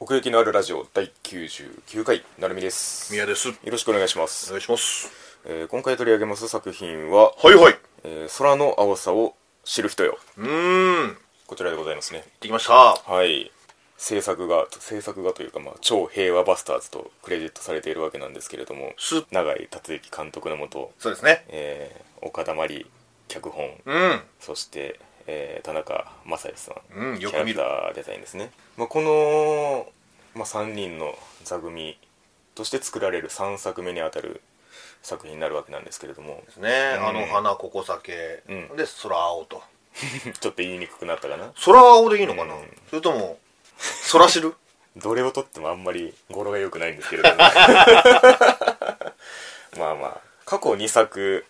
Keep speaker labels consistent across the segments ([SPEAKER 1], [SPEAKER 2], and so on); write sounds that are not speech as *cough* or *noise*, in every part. [SPEAKER 1] 奥行きのあるラジオ第99回なるみですよ
[SPEAKER 2] 宮です。お
[SPEAKER 1] ろしくお願いします、
[SPEAKER 2] 願いします。
[SPEAKER 1] えー今回取り上げます作品は、
[SPEAKER 2] はいはい。
[SPEAKER 1] えー空の青さを知る人よ
[SPEAKER 2] うーん。行っ
[SPEAKER 1] こちらでございますね
[SPEAKER 2] てきました。
[SPEAKER 1] はい制作が制作がというか、まあ、超平和バスターズとクレジットされているわけなんですけれども
[SPEAKER 2] す
[SPEAKER 1] 永井達之監督のもと、
[SPEAKER 2] そうですね。
[SPEAKER 1] えー岡田真理脚本
[SPEAKER 2] うん。
[SPEAKER 1] そして、えー田中正義さん、
[SPEAKER 2] うんよく見る
[SPEAKER 1] キャラクターデザインですね、まあ、この、まあ、3人の座組として作られる3作目にあたる作品になるわけなんですけれども
[SPEAKER 2] ですね。
[SPEAKER 1] うん
[SPEAKER 2] あの花、ここ酒。
[SPEAKER 1] うん
[SPEAKER 2] で、空青と。
[SPEAKER 1] ちょっと言いにくくなったかな
[SPEAKER 2] 空青でいいのかな、
[SPEAKER 1] うん
[SPEAKER 2] それとも、空知
[SPEAKER 1] *laughs*
[SPEAKER 2] る
[SPEAKER 1] どれをとってもあんまり語呂が良くないんですけれ
[SPEAKER 2] *laughs*
[SPEAKER 1] どもまあまあ過去2作、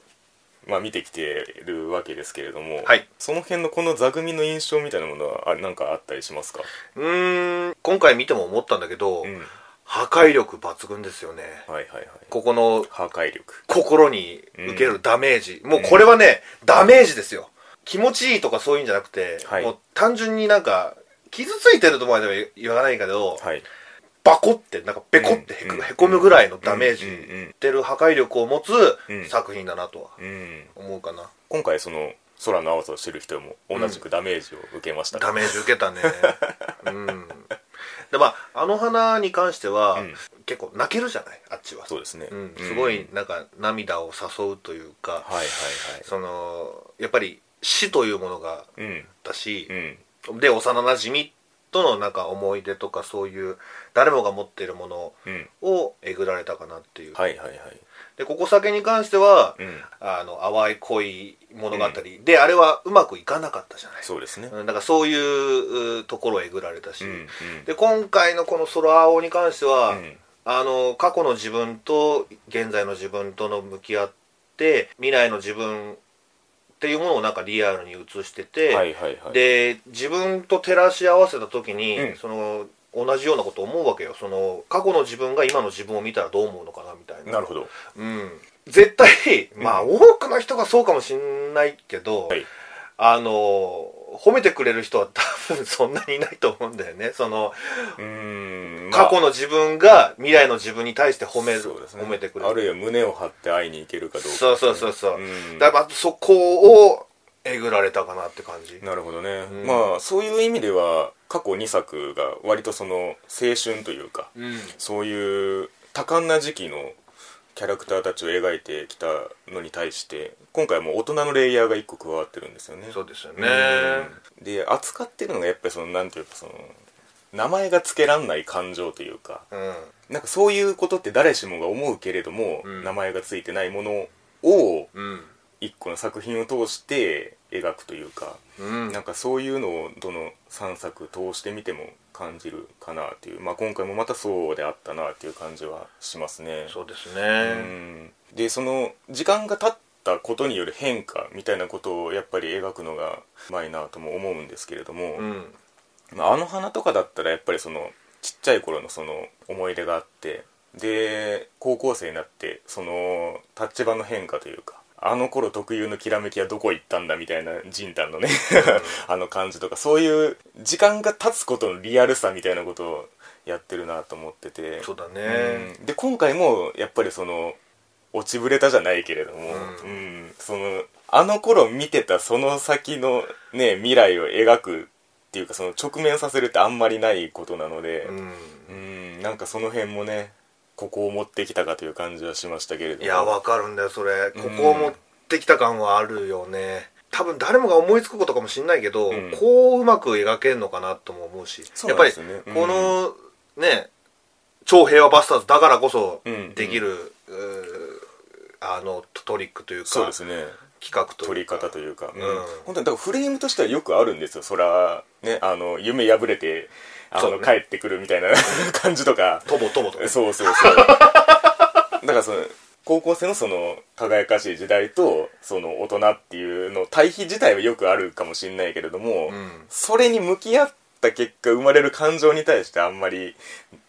[SPEAKER 1] まあ、見てきてるわけですけれども、
[SPEAKER 2] はい
[SPEAKER 1] その辺のこの座組の印象みたいなものはあなんかあったりしますか、
[SPEAKER 2] うーん。今回見ても思ったんだけど、
[SPEAKER 1] うん、はい
[SPEAKER 2] 破壊力抜群ですよね。
[SPEAKER 1] はいはい
[SPEAKER 2] ここの
[SPEAKER 1] 破壊力
[SPEAKER 2] 心に受けるダメージ、もうこれはね、ダメージですよ気持ちいいとかそういうんじゃなくて、
[SPEAKER 1] はい
[SPEAKER 2] もう単純になんか傷ついてるとまでは言わないけど、
[SPEAKER 1] はい
[SPEAKER 2] バコってなんかベコってへこ,、
[SPEAKER 1] うん
[SPEAKER 2] へこむぐらいのダメージ
[SPEAKER 1] うんうんうん
[SPEAKER 2] 出る破壊力を持つ
[SPEAKER 1] うん
[SPEAKER 2] 作品だなとは
[SPEAKER 1] うん、
[SPEAKER 2] 思うかな、
[SPEAKER 1] 今回その空の青さを知る人も同じくダメージを受けましたね、
[SPEAKER 2] ダメージ受けた
[SPEAKER 1] *laughs*
[SPEAKER 2] ねうんでまああの花に関しては、
[SPEAKER 1] うん
[SPEAKER 2] 結構泣けるじゃないあっちは
[SPEAKER 1] そうですね、
[SPEAKER 2] うん、
[SPEAKER 1] うん
[SPEAKER 2] すご
[SPEAKER 1] はい
[SPEAKER 2] いなんか涙を誘うというか、
[SPEAKER 1] はい
[SPEAKER 2] そのやっぱり死というものが
[SPEAKER 1] はいうん
[SPEAKER 2] だし
[SPEAKER 1] う、ん
[SPEAKER 2] で幼なじみとのなんか思い出とかそういう誰もが持っているもの
[SPEAKER 1] うん
[SPEAKER 2] をえぐられたかなっていう、
[SPEAKER 1] はいはいはい
[SPEAKER 2] でここ酒に関しては、
[SPEAKER 1] うん
[SPEAKER 2] あの淡い恋物語、であれはうまくいかなかったじゃない
[SPEAKER 1] そうですね
[SPEAKER 2] うんだからそういううところをえぐられたし、
[SPEAKER 1] うんうん
[SPEAKER 2] で今回のこの「空青」に関しては、
[SPEAKER 1] うん
[SPEAKER 2] あの過去の自分と現在の自分との向き合って未来の自分っていうものをなんかリアルに映してて、
[SPEAKER 1] はいはいはい
[SPEAKER 2] で自分と照らし合わせた時に、
[SPEAKER 1] うん
[SPEAKER 2] その同じようなことを思うわけよその過去の自分が今の自分を見たらどう思うのかなみたいな
[SPEAKER 1] なるほど
[SPEAKER 2] うん、絶対まあ、
[SPEAKER 1] う
[SPEAKER 2] 多くの人がそうかもしんないけど、
[SPEAKER 1] はい
[SPEAKER 2] あの褒めてくれる人は多分そんなにいないと思うんだよねその
[SPEAKER 1] うーん
[SPEAKER 2] 過去
[SPEAKER 1] の
[SPEAKER 2] の自分が未来の自分に対して褒める、
[SPEAKER 1] そうですね
[SPEAKER 2] 褒めてくれ
[SPEAKER 1] あ
[SPEAKER 2] る
[SPEAKER 1] るいは胸を張って会いに行けるかどうかですね、
[SPEAKER 2] そうそうそうそう、
[SPEAKER 1] ん
[SPEAKER 2] だからそこをえぐられたかなって感じ
[SPEAKER 1] なるほどね、
[SPEAKER 2] うん
[SPEAKER 1] まあそういう意味では過去2作が割とその青春というか
[SPEAKER 2] うん
[SPEAKER 1] そういう多感な時期のキャラクターたちを描いてきたのに対して今回はもう大人のレイヤーが1個加わってるんですよね
[SPEAKER 2] そうですよね
[SPEAKER 1] うんで扱ってるのがやっぱりそのなんていうかその名前が付けらんない感情というか
[SPEAKER 2] うん
[SPEAKER 1] なんかそういうことって誰しもが思うけれども、
[SPEAKER 2] うん
[SPEAKER 1] 名前が付いてないものを
[SPEAKER 2] うん
[SPEAKER 1] 一個の作品を通して描くというか
[SPEAKER 2] うん
[SPEAKER 1] なんかそういうのをどの3作通してみても感じるかなっていう、まあ、今回もまたそうであったなっていう感じはしますね。
[SPEAKER 2] そうです
[SPEAKER 1] う
[SPEAKER 2] ね
[SPEAKER 1] んでその時間が経ったことによる変化みたいなことをやっぱり描くのがうまいなとも思うんですけれども、
[SPEAKER 2] うん
[SPEAKER 1] まああの花とかだったらやっぱりそのちっちゃい頃のその思い出があってで高校生になってその立場の変化というかあの頃特有のきらめきはどこ行ったんだみたいな仁丹のね *laughs* あの感じとかそういう時間が経つことのリアルさみたいなことをやってるなと思ってて
[SPEAKER 2] そうだね
[SPEAKER 1] うんで今回もやっぱりその落ちぶれたじゃないけれども、う
[SPEAKER 2] うん
[SPEAKER 1] そのあの頃見てたその先の、ね、未来を描くっていうかその直面させるってあんまりないことなので
[SPEAKER 2] う、ん、
[SPEAKER 1] うんなんかその辺もねここを持ってきたかという感じはしましたけれども
[SPEAKER 2] いやわかるんだよそれここを持ってきた感はあるよね多分誰もが思いつくことかもしんないけど、
[SPEAKER 1] うん
[SPEAKER 2] こううまく描けるのかなとも思うし
[SPEAKER 1] そう
[SPEAKER 2] やっ
[SPEAKER 1] なん
[SPEAKER 2] ぱ
[SPEAKER 1] で
[SPEAKER 2] り
[SPEAKER 1] す
[SPEAKER 2] こ
[SPEAKER 1] よね
[SPEAKER 2] の、ね超平和バスターズだからこそ
[SPEAKER 1] うん
[SPEAKER 2] できる、うーあのトリックというか
[SPEAKER 1] そうですね
[SPEAKER 2] 企画というか
[SPEAKER 1] 取り方というか、うん
[SPEAKER 2] ん
[SPEAKER 1] 本当にだからフレームとしてはよくあるんですよそらねあの夢破れてあ
[SPEAKER 2] そう
[SPEAKER 1] の、
[SPEAKER 2] ね
[SPEAKER 1] 帰ってくるみたいな *laughs* 感じとか
[SPEAKER 2] とぼとぼと
[SPEAKER 1] *laughs* そうそうそうだからその高校生のその輝かしい時代とその大人っていうの対比自体はよくあるかもしれないけれども、
[SPEAKER 2] うん
[SPEAKER 1] それに向き合った結果生まれる感情に対してあんまり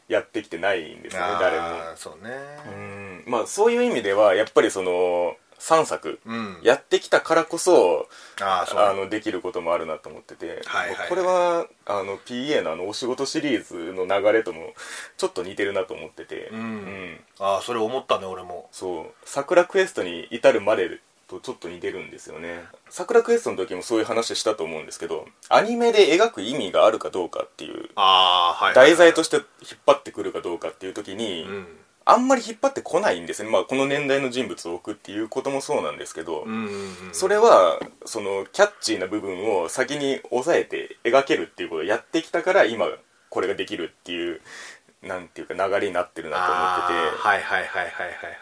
[SPEAKER 1] やってきてないんですよね
[SPEAKER 2] あー
[SPEAKER 1] 誰も。
[SPEAKER 2] そうね
[SPEAKER 1] うんまあそういう意味ではやっぱりその3作
[SPEAKER 2] うん
[SPEAKER 1] やってきたからこそ
[SPEAKER 2] ああそう
[SPEAKER 1] あのできることもあるなと思ってて、
[SPEAKER 2] はいはいはい
[SPEAKER 1] これはあの PA のあのお仕事シリーズの流れともちょっと似てるなと思ってて、
[SPEAKER 2] うんああそれ思ったね俺も
[SPEAKER 1] そう「桜クエスト」に至るまでとちょっと似てるんですよね「桜クエスト」の時もそういう話したと思うんですけどアニメで描く意味があるかどうかっていう
[SPEAKER 2] ああはい
[SPEAKER 1] 題材と
[SPEAKER 2] し
[SPEAKER 1] して引っ張ってくるかどうかっていう時に、
[SPEAKER 2] てうん
[SPEAKER 1] あんまり引っ張ってこないんですね、まあ、この年代の人物を置くっていうこともそうなんですけど、
[SPEAKER 2] うんうんうん
[SPEAKER 1] それはそのキャッチーな部分を先に抑えて描けるっていうことをやってきたから今これができるっていうなんていうか流れになってるなと思って
[SPEAKER 2] あ
[SPEAKER 1] て
[SPEAKER 2] あはいはいはいはいはいは
[SPEAKER 1] だ
[SPEAKER 2] い
[SPEAKER 1] か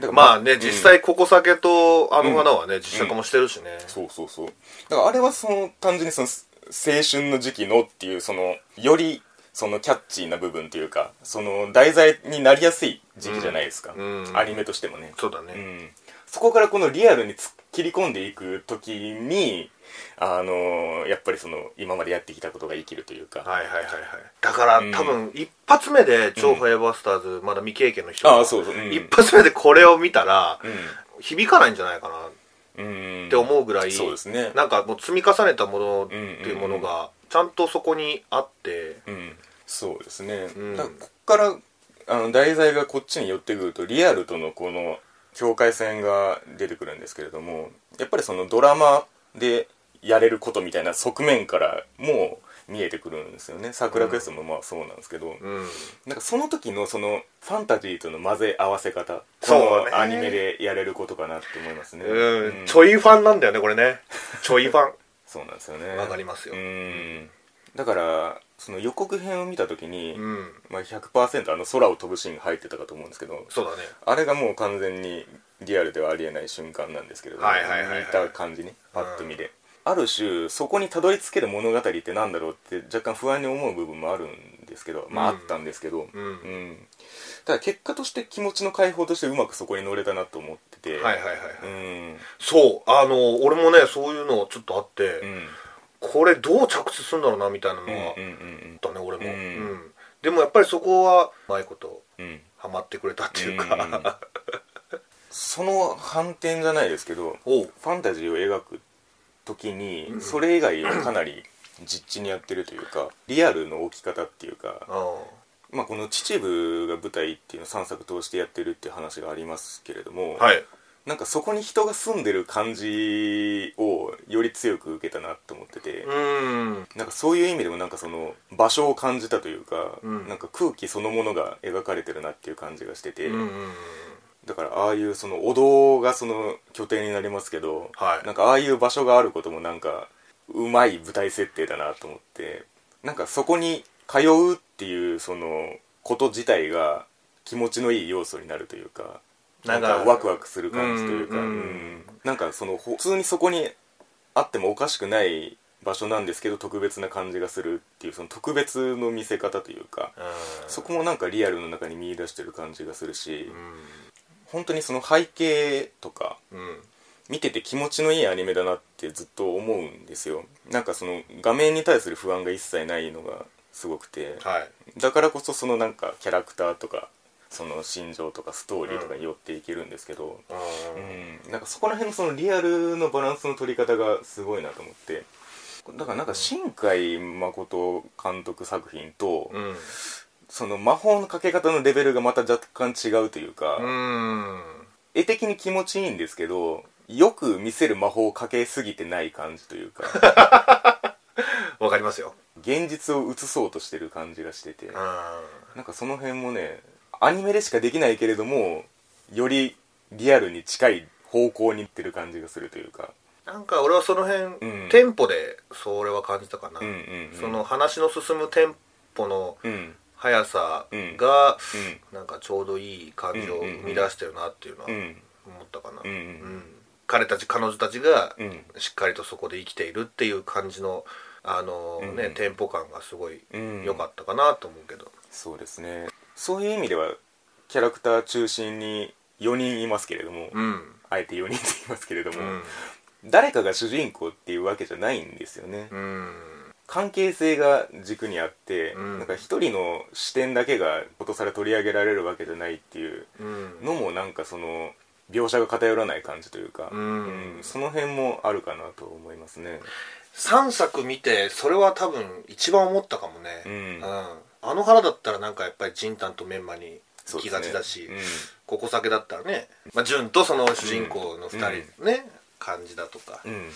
[SPEAKER 1] ら
[SPEAKER 2] まあね、
[SPEAKER 1] うん
[SPEAKER 2] 実際ここ酒とあの花はね、実写化もしてるしね、
[SPEAKER 1] そうそうそうだからあれはその単純にその青春の時期のっていうそのよりそのキャッチーな部分というかその題材になりやすい時期じゃないですか、
[SPEAKER 2] うんうん
[SPEAKER 1] アニメとしてもね
[SPEAKER 2] そうだ
[SPEAKER 1] う
[SPEAKER 2] ね、
[SPEAKER 1] ん、そこからこのリアルに突っ切り込んでいく時にあのーやっぱりその今までやってきたことが生きるというか、
[SPEAKER 2] はいはいはいはいだから、
[SPEAKER 1] うん
[SPEAKER 2] 多分一発目で超ファイアバスターズ、まだ未経験の人
[SPEAKER 1] あ
[SPEAKER 2] が
[SPEAKER 1] あそうそう、うん、
[SPEAKER 2] 一発目でこれを見たら、
[SPEAKER 1] う
[SPEAKER 2] 響かないんじゃないかなっ
[SPEAKER 1] ん、って
[SPEAKER 2] 思うぐらい、
[SPEAKER 1] そうですね
[SPEAKER 2] なんかもう積み重ねたものっていうものがちゃんとそこにあって、
[SPEAKER 1] うんそうですね、
[SPEAKER 2] うん
[SPEAKER 1] だからこっからあの題材がこっちに寄ってくるとリアルとのこの境界線が出てくるんですけれどもやっぱりそのドラマでやれることみたいな側面からも見えてくるんですよね「桜クエスト」もまあそうなんですけど、
[SPEAKER 2] うん
[SPEAKER 1] なんかその時のそのファンタジーとの混ぜ合わせ方
[SPEAKER 2] そうね
[SPEAKER 1] このアニメでやれることかなって思いますね
[SPEAKER 2] うん
[SPEAKER 1] うん
[SPEAKER 2] ちょいファンなんだよねこれねちょいファン
[SPEAKER 1] そうなんですよね
[SPEAKER 2] わかりますよ
[SPEAKER 1] うんだからその予告編を見た時に、
[SPEAKER 2] うん
[SPEAKER 1] まあ、100%あの空を飛ぶシーンが入ってたかと思うんですけど
[SPEAKER 2] そうだね
[SPEAKER 1] あれがもう完全にリアルではありえない瞬間なんですけれども、
[SPEAKER 2] はいはいはいは
[SPEAKER 1] 見
[SPEAKER 2] い
[SPEAKER 1] た感じねパッと見で、ある種そこにたどり着ける物語ってなんだろうって若干不安に思う部分もあるんですけどまああ
[SPEAKER 2] うん
[SPEAKER 1] ったんですけど、
[SPEAKER 2] うん
[SPEAKER 1] うん、ただ結果として気持ちの解放としてうまくそこに乗れたなと思ってて、
[SPEAKER 2] はいはいはいはい、
[SPEAKER 1] うん
[SPEAKER 2] そうあの俺もねそういうのちょっとあって、
[SPEAKER 1] うん
[SPEAKER 2] これどう着地するんだろうなみたいなの
[SPEAKER 1] うん
[SPEAKER 2] はあっ
[SPEAKER 1] うんうん
[SPEAKER 2] たね、俺も、
[SPEAKER 1] うん
[SPEAKER 2] うんでもやっぱりそこはうまいこと
[SPEAKER 1] うん
[SPEAKER 2] ハマってくれたっていう
[SPEAKER 1] うんうん
[SPEAKER 2] か、
[SPEAKER 1] その反転じゃないですけど
[SPEAKER 2] *laughs* おう
[SPEAKER 1] ファンタジーを描く時にそれ以外をかなり実地にやってるというかリアルの置き方っていうか、
[SPEAKER 2] あ
[SPEAKER 1] まあ、この秩父が舞台っていうのを3作通してやってるっていう話がありますけれども、
[SPEAKER 2] あはい
[SPEAKER 1] なんかそこに人が住んでる感じをより強く受けたなと思ってて。
[SPEAKER 2] うん
[SPEAKER 1] なんかそういう意味でもなんかその場所を感じたというか、
[SPEAKER 2] うん
[SPEAKER 1] なんか空気そのものが描かれてるなっていう感じがしてて、
[SPEAKER 2] うんうん
[SPEAKER 1] だからああいうそのお堂がその拠点になりますけど、
[SPEAKER 2] はい
[SPEAKER 1] なんかああいう場所があることもなんかうまい舞台設定だなと思ってなんかそこに通うっていうそのこと自体が気持ちのいい要素になるというか
[SPEAKER 2] な
[SPEAKER 1] なんん
[SPEAKER 2] か
[SPEAKER 1] かワクワクする感じというか、
[SPEAKER 2] うんうん
[SPEAKER 1] うんなんかそのほ普通にそこにあってもおかしくない場所なんですけど特別な感じがするっていうその特別の見せ方というか、そこもなんかリアルの中に見出してる感じがするし。本当にその背景とか
[SPEAKER 2] うんうん
[SPEAKER 1] 見てて気持ちのいいアニメだなってずっと思うんですよなんかその画面に対する不安が一切ないのがすごくて
[SPEAKER 2] はい
[SPEAKER 1] だからこそそのなんかキャラクターとかその心情とかストーリーとかに寄っていけるんですけど、
[SPEAKER 2] う
[SPEAKER 1] うんんなんかそこら辺のそのリアルのバランスの取り方がすごいなと思ってだからなんか新海誠監督作品と
[SPEAKER 2] うん
[SPEAKER 1] その魔法のかけ方のレベルがまた若干違うというか、
[SPEAKER 2] うん
[SPEAKER 1] 絵的に気持ちいいんですけどよく見せる魔法をかけすぎてない感じというか
[SPEAKER 2] *laughs* わかりますよ
[SPEAKER 1] 現実を映そうとしてる感じがしてて
[SPEAKER 2] うん
[SPEAKER 1] なんかその辺もねアニメでしかできないけれどもよりリアルに近い方向に行ってる感じがするというか
[SPEAKER 2] なんか俺はその辺、
[SPEAKER 1] うん
[SPEAKER 2] テンポでそれは感じたかな、
[SPEAKER 1] うんうんうん
[SPEAKER 2] その話の進むテンポの
[SPEAKER 1] うん
[SPEAKER 2] 速さが、なんかちょうどいい感じを生み出してるなっていうのは
[SPEAKER 1] うんうん
[SPEAKER 2] 思ったかな、
[SPEAKER 1] うん
[SPEAKER 2] う
[SPEAKER 1] うん
[SPEAKER 2] ん彼たち彼女たちが
[SPEAKER 1] うん
[SPEAKER 2] しっかりとそこで生きているっていう感じのあのね、
[SPEAKER 1] うん
[SPEAKER 2] テンポ感がすごい
[SPEAKER 1] うん
[SPEAKER 2] 良かったかなと思うけど、
[SPEAKER 1] そうですねそういう意味ではキャラクター中心に4人いますけれども、
[SPEAKER 2] うん
[SPEAKER 1] あえて4人って言いますけれども、
[SPEAKER 2] うん
[SPEAKER 1] 誰かが主人公っていうわけじゃないんですよね、
[SPEAKER 2] うん
[SPEAKER 1] 関係性が軸にあって、
[SPEAKER 2] うん
[SPEAKER 1] なんか一人の視点だけがことさら取り上げられるわけじゃないっていう
[SPEAKER 2] うん
[SPEAKER 1] のもなんかその描写が偏らない感じというか、
[SPEAKER 2] うん
[SPEAKER 1] うんその辺もあるかなと思いますね。
[SPEAKER 2] 3作見てそれは多分一番思ったかもね、
[SPEAKER 1] うん
[SPEAKER 2] あの腹だったらなんかやっぱりジンタンとメンマに行きがちだし、
[SPEAKER 1] そうですね
[SPEAKER 2] ここ酒だったらね、まあ、ジュンとその主人公の2人のね、感じだとか
[SPEAKER 1] う、ん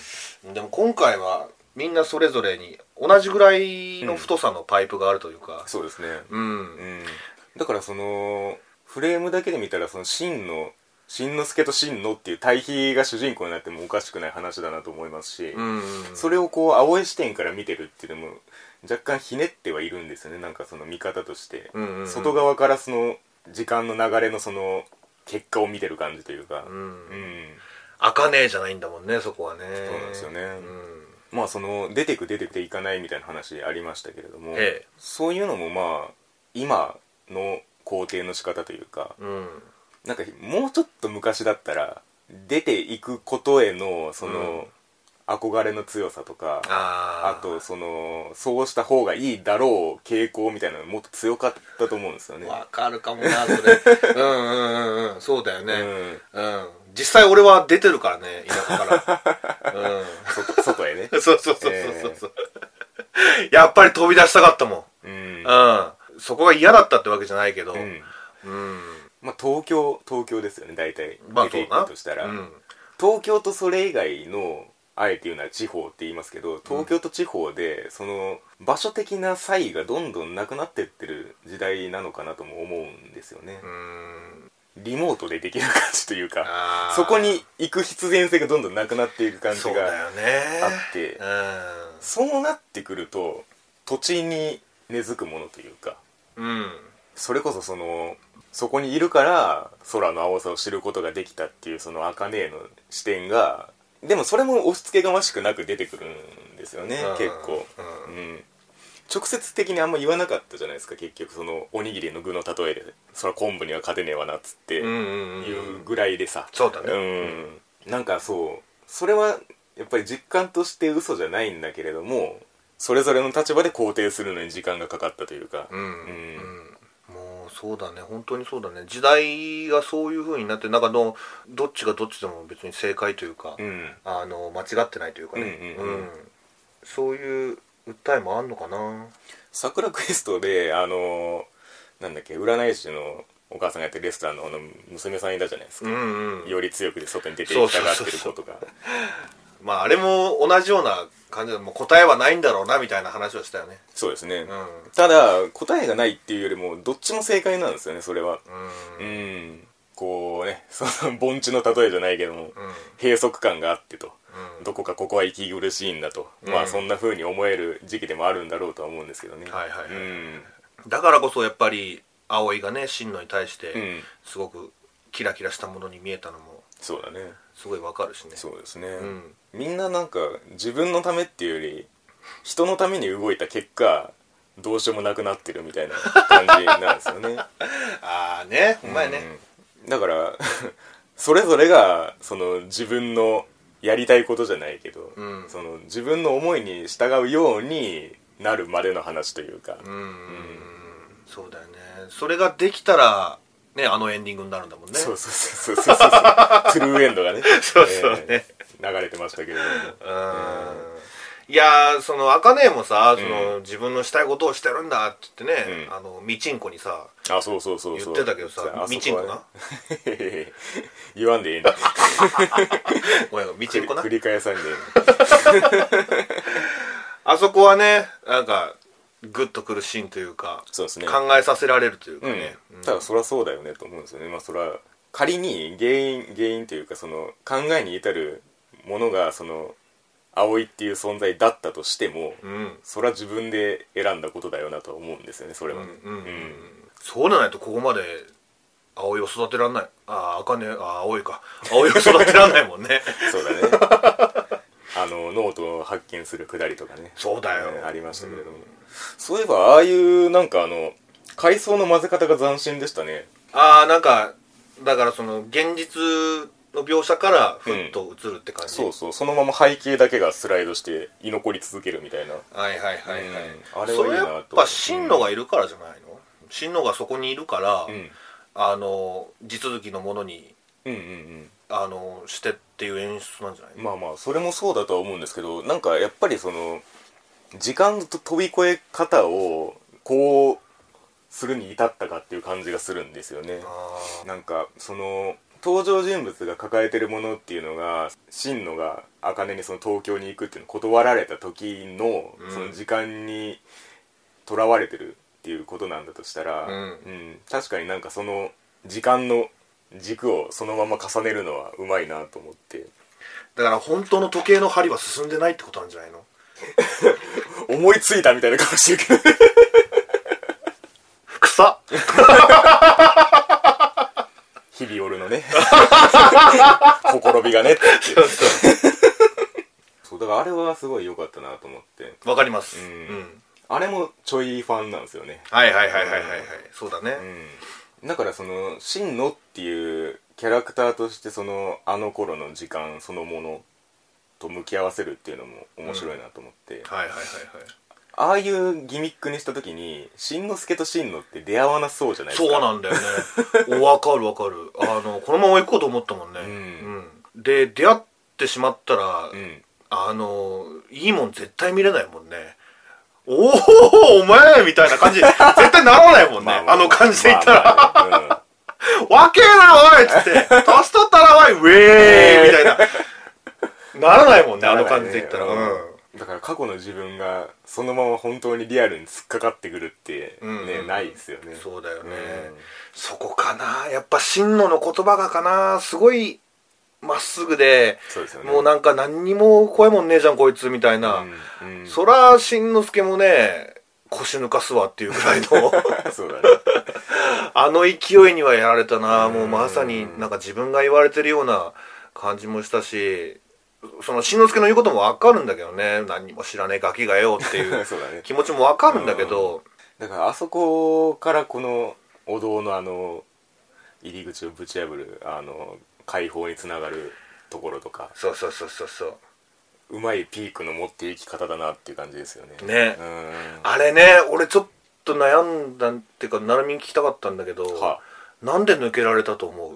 [SPEAKER 1] うん
[SPEAKER 2] でも今回はみんなそれぞれに同じぐらいの太さのパイプがあるというか
[SPEAKER 1] そうですね、
[SPEAKER 2] うん、
[SPEAKER 1] うん、だからそのフレームだけで見たらその真の真之介と真のっていう対比が主人公になってもおかしくない話だなと思いますし、
[SPEAKER 2] うん
[SPEAKER 1] それをこう青い視点から見てるっていうのも若干ひねってはいるんですよねなんかその見方として、
[SPEAKER 2] うんうんうん
[SPEAKER 1] 外側からその時間の流れのその結果を見てる感じというか、
[SPEAKER 2] うん
[SPEAKER 1] うん
[SPEAKER 2] あかねえじゃないんだもんねそこはね
[SPEAKER 1] そうなんですよね
[SPEAKER 2] うん
[SPEAKER 1] まあその出てく出てくていかないみたいな話ありましたけれども、
[SPEAKER 2] ええ
[SPEAKER 1] そういうのもまあ今の工程の仕方というか
[SPEAKER 2] うん
[SPEAKER 1] なんかもうちょっと昔だったら出ていくことへのその憧れの強さとか、あ
[SPEAKER 2] あー
[SPEAKER 1] とそのそうした方がいいだろう傾向みたいなのもっと強かったと思うんですよね。
[SPEAKER 2] わかるかもなそれ
[SPEAKER 1] *laughs*
[SPEAKER 2] うんうんうんうんそうだよ
[SPEAKER 1] う
[SPEAKER 2] ね
[SPEAKER 1] ん、
[SPEAKER 2] うん、実際俺は出てるからね田舎
[SPEAKER 1] *laughs*
[SPEAKER 2] から
[SPEAKER 1] 外外へね
[SPEAKER 2] うん *laughs* そうそうそうそうそう、やっぱり飛び出したかったも
[SPEAKER 1] う
[SPEAKER 2] ん
[SPEAKER 1] ん、
[SPEAKER 2] うんそこが嫌だったってわけじゃないけど、
[SPEAKER 1] うん
[SPEAKER 2] うん
[SPEAKER 1] まあ、東京東京ですよね大体
[SPEAKER 2] まあ
[SPEAKER 1] 出
[SPEAKER 2] そ
[SPEAKER 1] て
[SPEAKER 2] う
[SPEAKER 1] い
[SPEAKER 2] だ
[SPEAKER 1] く
[SPEAKER 2] な
[SPEAKER 1] としたら、
[SPEAKER 2] うん
[SPEAKER 1] 東京とそれ以外のあえて言うのは地方って言いますけど東京と地方でその場所的な差異がどんどんなくなってってる時代なのかなとも思うんですよね
[SPEAKER 2] う、ん
[SPEAKER 1] リモートでできる感じというか
[SPEAKER 2] あー
[SPEAKER 1] そこに行く必然性がどんどんなくなっていく感じ
[SPEAKER 2] そうだ
[SPEAKER 1] が
[SPEAKER 2] よね
[SPEAKER 1] あってそうなってくると土地に根付くものというか
[SPEAKER 2] うんうん
[SPEAKER 1] それこそそのそこにいるから空の青さを知ることができたっていうその茜への視点がでもそれも押し付けがましくなく出てくるんですよね
[SPEAKER 2] うん
[SPEAKER 1] 結構、う
[SPEAKER 2] う
[SPEAKER 1] ん直接的にあんま言わなかったじゃないですか結局そのおにぎりの具の例えで「そら昆布には勝てねえわな」っつって
[SPEAKER 2] うん
[SPEAKER 1] 言
[SPEAKER 2] うんうん
[SPEAKER 1] うぐらいでさ
[SPEAKER 2] そうだね
[SPEAKER 1] うんなんかそうそれはやっぱり実感として嘘じゃないんだけれどもそれぞれの立場で肯定するのに時間がかかったというか
[SPEAKER 2] うん
[SPEAKER 1] う
[SPEAKER 2] うんもうそうだね本当にそうだね時代がそういう風になってなんかのどっちがどっちでも別に正解というか、
[SPEAKER 1] うん
[SPEAKER 2] あの間違ってないというかね、
[SPEAKER 1] うんうんうん
[SPEAKER 2] そういう訴えもあんのかな
[SPEAKER 1] 桜クエストであのなんだっけ占い師のお母さんがやってるレストランのあの娘さんいたじゃないです
[SPEAKER 2] う
[SPEAKER 1] か、
[SPEAKER 2] んうん
[SPEAKER 1] より強くで外に出ていきたがってる子とか
[SPEAKER 2] まああれも同じような感じでもう答えはないんだろうなみたいな話をしたよね
[SPEAKER 1] そうですね、
[SPEAKER 2] うん
[SPEAKER 1] ただ答えがないっていうよりもどっちも正解なんですよねそれは
[SPEAKER 2] う
[SPEAKER 1] うんんこうねその盆地の例えじゃないけども、
[SPEAKER 2] うん
[SPEAKER 1] 閉塞感があってと、
[SPEAKER 2] うん
[SPEAKER 1] どこかここは息苦しいんだと、
[SPEAKER 2] うん
[SPEAKER 1] まあそんな風に思える時期でもあるんだろうとは思うんですけどね
[SPEAKER 2] はいはいはい
[SPEAKER 1] うん
[SPEAKER 2] だからこそやっぱり葵がね進路に対し
[SPEAKER 1] う
[SPEAKER 2] て
[SPEAKER 1] ん
[SPEAKER 2] すごくキラキラしたものに見えたのも
[SPEAKER 1] そうだね
[SPEAKER 2] すごいわかるしね
[SPEAKER 1] そうですね、
[SPEAKER 2] ん
[SPEAKER 1] みんななんか自分のためっていうより人のために動いた結果どうしようもなくなってるみたいな感じなんですよ
[SPEAKER 2] *laughs*
[SPEAKER 1] ね
[SPEAKER 2] ああねお前ね、
[SPEAKER 1] うんだから *laughs* それぞれがその自分のやりたいことじゃないけど、
[SPEAKER 2] うん
[SPEAKER 1] その自分の思いに従うようになるまでの話というか、
[SPEAKER 2] うん、うんそうだよねそれができたらねあのエンディングになるんだもんね
[SPEAKER 1] そうそうそうそうそうそうトゥルーエンドがね
[SPEAKER 2] *laughs* そうそうね
[SPEAKER 1] えー流れてましたけれども
[SPEAKER 2] うんいやーその茜もさその、自分のしたいことをしてるんだって言ってね、
[SPEAKER 1] うん
[SPEAKER 2] あのみちんこにさ
[SPEAKER 1] あそうそうそうそう
[SPEAKER 2] 言ってたけどさ
[SPEAKER 1] あそこはね
[SPEAKER 2] みちんこな
[SPEAKER 1] *laughs* 言わんでいいん
[SPEAKER 2] *laughs*
[SPEAKER 1] だ
[SPEAKER 2] ごめんごめんみちんこな
[SPEAKER 1] 繰り返さんでいい
[SPEAKER 2] あそこはねなんかグッとくるシーンというか
[SPEAKER 1] そうですね
[SPEAKER 2] 考えさせられるというか
[SPEAKER 1] うん
[SPEAKER 2] ね、うん
[SPEAKER 1] ただそりゃそうだよねと思うんですよねまあそりゃ仮に原因原因というかその考えに至るものがその葵っていう存在だったとしても、
[SPEAKER 2] うん
[SPEAKER 1] そりゃ自分で選んだことだよなとは思うんですよねそれはね
[SPEAKER 2] うんうんうん
[SPEAKER 1] うん
[SPEAKER 2] そうじゃないとここまで葵を育てらんないあああかねあ青いか葵を育てらんないも
[SPEAKER 1] *laughs*
[SPEAKER 2] んね
[SPEAKER 1] そうだね
[SPEAKER 2] *laughs*
[SPEAKER 1] あのノートを発見するくだりとかね
[SPEAKER 2] そうだよ
[SPEAKER 1] ねありましたけれども、そういえばああいうなんかあの階層の混ぜ方が斬新でしたね
[SPEAKER 2] ああなんかだからその現実の描写からふっと映るって感じ、
[SPEAKER 1] そうそうそのまま背景だけがスライドして居残り続けるみたいな
[SPEAKER 2] はいはいはいはい、
[SPEAKER 1] うんあれはいいなと
[SPEAKER 2] それやっぱ進路がいるからじゃないの進路がそこにいるから、
[SPEAKER 1] うん
[SPEAKER 2] あの地続きのものに
[SPEAKER 1] うんうんうん
[SPEAKER 2] あのしてっていう演出なんじゃない、
[SPEAKER 1] まあまあそれもそうだとは思うんですけどなんかやっぱりその時間と飛び越え方をこうするに至ったかっていう感じがするんですよね
[SPEAKER 2] あー
[SPEAKER 1] なんかその登場人物が抱えてるものっていうのが真野が茜にその東京に行くっていうのを断られた時の
[SPEAKER 2] うん
[SPEAKER 1] その時間にとらわれてるっていうことなんだとしたら、
[SPEAKER 2] うん
[SPEAKER 1] うん確かになんかその時間の軸をそのまま重ねるのはうまいなと思って
[SPEAKER 2] だから本当の時計の針は進んでないってことなんじゃないの
[SPEAKER 1] 思いついたみたいな顔してるけど
[SPEAKER 2] 草
[SPEAKER 1] *laughs* 日々俺の *laughs* ねほころびがねってそうだからあれはすごい良かったなと思って
[SPEAKER 2] *laughs* わかります、
[SPEAKER 1] うん
[SPEAKER 2] うん
[SPEAKER 1] あれもちょいファンなんですよね
[SPEAKER 2] はいはいはいはいはいはいそうだね、
[SPEAKER 1] うんだからその真野っていうキャラクターとしてそのあの頃の時間そのものと向き合わせるっていうのも面白いなと思って、
[SPEAKER 2] はいはいはいはい
[SPEAKER 1] ああいうギミックにした時にしんのすけとしんのって出会わなそうじゃないです
[SPEAKER 2] そ
[SPEAKER 1] か
[SPEAKER 2] うなんだよねおわかるわかるあのこのまま行こうと思ったもんね、
[SPEAKER 1] うん
[SPEAKER 2] うんで出会ってしまったら、
[SPEAKER 1] うん
[SPEAKER 2] あのいいもん絶対見れないもんねおおお前みたいな感じ絶対ならないもんね、
[SPEAKER 1] まま
[SPEAKER 2] あの感じで言ったら、
[SPEAKER 1] まあまあねうん
[SPEAKER 2] わけえなおいっつ
[SPEAKER 1] *laughs*
[SPEAKER 2] って年取ったらおいウェーイみたいなならないもんねあの感じで言ったら、うん
[SPEAKER 1] うんだから過去の自分がそのまま本当にリアルに突っかかってくるって、
[SPEAKER 2] うんうん
[SPEAKER 1] ね
[SPEAKER 2] うん
[SPEAKER 1] ないですよね
[SPEAKER 2] そうだよね、
[SPEAKER 1] うん
[SPEAKER 2] そこかなやっぱ真野の言葉がかなすごいまっすぐで、
[SPEAKER 1] そうですよね
[SPEAKER 2] もうなんか何にも怖いもんねえじゃんこいつみたいな、
[SPEAKER 1] うんうん
[SPEAKER 2] そら真之介もね腰抜かすわっていうぐら
[SPEAKER 1] *laughs*
[SPEAKER 2] いの
[SPEAKER 1] そうだね
[SPEAKER 2] あの勢いにはやられたなもうまさに
[SPEAKER 1] うん
[SPEAKER 2] なんか自分が言われてるような感じもしたしその真之介の言うこともわかるんだけどね何にも知らねえガキがよってい
[SPEAKER 1] *laughs*
[SPEAKER 2] う
[SPEAKER 1] そうだね
[SPEAKER 2] 気持ちもわかるんだけど、
[SPEAKER 1] だからあそこからこのお堂のあの入り口をぶち破るあの解放につながるところとか
[SPEAKER 2] そうそうそうそうそう
[SPEAKER 1] うまいピークの持っていき方だなっていう感じですよね
[SPEAKER 2] ね
[SPEAKER 1] うん
[SPEAKER 2] あれね俺ちょっと悩んだっていうか並みに聞きたかったんだけど、
[SPEAKER 1] は
[SPEAKER 2] なんで抜けられたと思う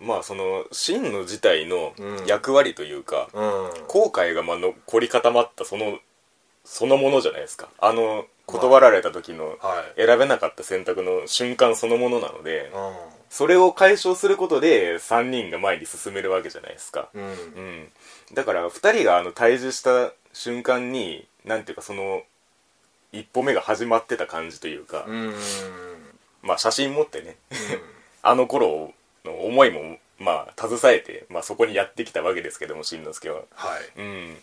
[SPEAKER 1] まあその真の自体の
[SPEAKER 2] うん
[SPEAKER 1] 役割というか、
[SPEAKER 2] うん
[SPEAKER 1] 後悔がまあ残り固まったそのそのものじゃないですかあの断られた時の
[SPEAKER 2] はい、
[SPEAKER 1] 選べなかった選択の瞬間そのものなので
[SPEAKER 2] う
[SPEAKER 1] それを解消することで3人が前に進めるわけじゃないですか
[SPEAKER 2] んうん
[SPEAKER 1] うんだから2人があの対峙した瞬間になんていうかその一歩目が始まってた感じというか、
[SPEAKER 2] うん
[SPEAKER 1] まあ写真持ってね *laughs* あの頃の思いもまあ携えて、まあ、そこにやってきたわけですけどもしんのすけは
[SPEAKER 2] はい
[SPEAKER 1] うん、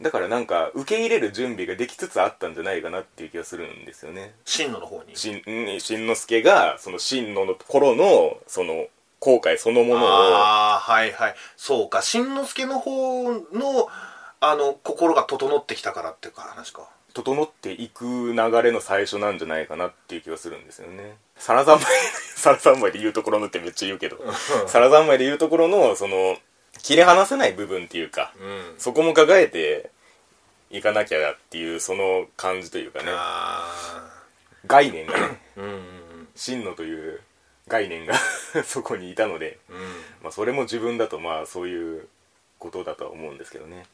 [SPEAKER 1] だからなんか受け入れる準備ができつつあったんじゃないかなっていう気がするんですよね
[SPEAKER 2] 真野の方に
[SPEAKER 1] しんんしんのすけがその真のの頃のその後悔そのものを
[SPEAKER 2] ああはいはいそうかしんのすけの方のあの心が整ってきたからっていうか話か
[SPEAKER 1] 整っていく流れの最初なんじゃないかなっていう気がするんですよねサラザン *laughs* マイサラザンマイで言うところのってめっちゃ言うけどサラザンマイで言うところのその切り離せない部分っていうか
[SPEAKER 2] うん
[SPEAKER 1] そこも抱えていかなきゃだっていうその感じというかね
[SPEAKER 2] あ
[SPEAKER 1] 概念が *clears throat* ね
[SPEAKER 2] あうんうん
[SPEAKER 1] 真のという概念が *laughs* そこにいたので、
[SPEAKER 2] うん
[SPEAKER 1] まあ、それも自分だとまあそういうことだとは思うんですけどね、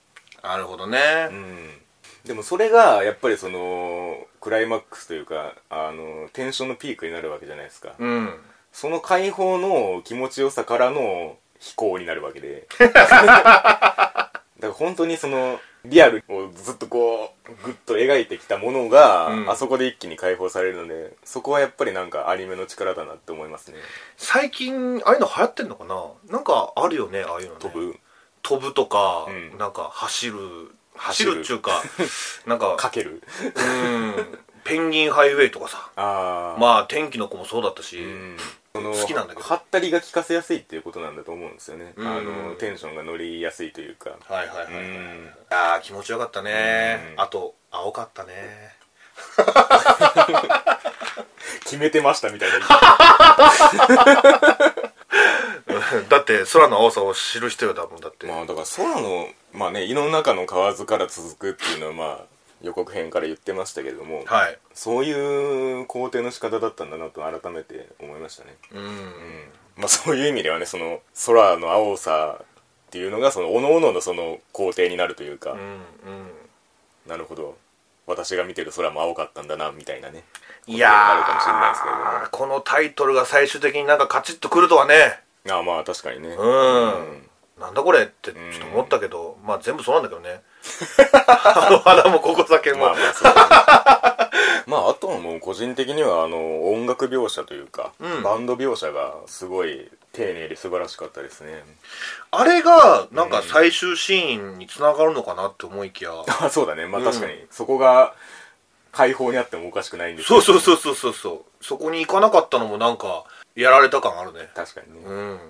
[SPEAKER 2] なるほどね
[SPEAKER 1] うん、でもそれがやっぱりそのクライマックスというかあのテンションのピークになるわけじゃないですか、
[SPEAKER 2] うん
[SPEAKER 1] その解放の気持ちよさからの飛行になるわけで *laughs* だから本当にそのリアルをずっとこうグッと描いてきたものが、
[SPEAKER 2] うん
[SPEAKER 1] あそこで一気に解放されるのでそこはやっぱりなんかアニメの力だなって思いますね
[SPEAKER 2] 最近ああいうの流行ってんのかななんかあるよねああいうのね
[SPEAKER 1] 飛ぶ
[SPEAKER 2] 飛ぶとか、
[SPEAKER 1] うん
[SPEAKER 2] なんか走る
[SPEAKER 1] 走
[SPEAKER 2] 走
[SPEAKER 1] る
[SPEAKER 2] るっちゅ
[SPEAKER 1] *laughs*
[SPEAKER 2] うかなんか
[SPEAKER 1] かける
[SPEAKER 2] うんペンギンハイウェイとかさ
[SPEAKER 1] ああ
[SPEAKER 2] まあ天気の子もそうだったし、
[SPEAKER 1] うんその
[SPEAKER 2] 好きなんだけど
[SPEAKER 1] はったりが効かせやすいっていうことなんだと思うんですよね、
[SPEAKER 2] うん
[SPEAKER 1] あのテンションが乗りやすいというか
[SPEAKER 2] はいはいはいはい、
[SPEAKER 1] うん
[SPEAKER 2] ああ気持ちよかったね、
[SPEAKER 1] うん
[SPEAKER 2] あと青かったね
[SPEAKER 1] 決めてましたみたい
[SPEAKER 2] *laughs*
[SPEAKER 1] な
[SPEAKER 2] *laughs* だって空の青さを知る人よだもんだって、
[SPEAKER 1] まあだから空のまあね胃の中の蛙から続くっていうのはまあ予告編から言ってましたけれども、
[SPEAKER 2] はい
[SPEAKER 1] そういう肯定の仕方だったんだなと改めて思いましたね、
[SPEAKER 2] うん、
[SPEAKER 1] まあ、そういう意味ではねその空の青さっていうのがその各々のその肯定になるというか、
[SPEAKER 2] うんうん
[SPEAKER 1] なるほど私が見てる空も青かったんだなみたいなね
[SPEAKER 2] い
[SPEAKER 1] こと
[SPEAKER 2] や
[SPEAKER 1] になるかもしれないですけれども
[SPEAKER 2] ーこのタイトルが最終的になんかカチッとくるとはね
[SPEAKER 1] ああまあ確かにね
[SPEAKER 2] うん、
[SPEAKER 1] うん
[SPEAKER 2] なんだこれってちょっと思ったけど、まあ全部そうなんだけど *laughs* ねあの花もここ酒も、
[SPEAKER 1] まあまあそうだね
[SPEAKER 2] *laughs*
[SPEAKER 1] まああとはもう個人的にはあの音楽描写というか、
[SPEAKER 2] うん
[SPEAKER 1] バンド描写がすごい丁寧で素晴らしかったです
[SPEAKER 2] *laughs*
[SPEAKER 1] ね
[SPEAKER 2] あれがなんか最終シーンにつながるのかなって思いきや、
[SPEAKER 1] あそうだねまあ
[SPEAKER 2] うん
[SPEAKER 1] 確かに、そこが解放にあってもおかしくないんですけ
[SPEAKER 2] そう
[SPEAKER 1] ど
[SPEAKER 2] そうそうそうそうそうそこに行かなかったのもなんかやられた感あるね
[SPEAKER 1] 確かにね、
[SPEAKER 2] うん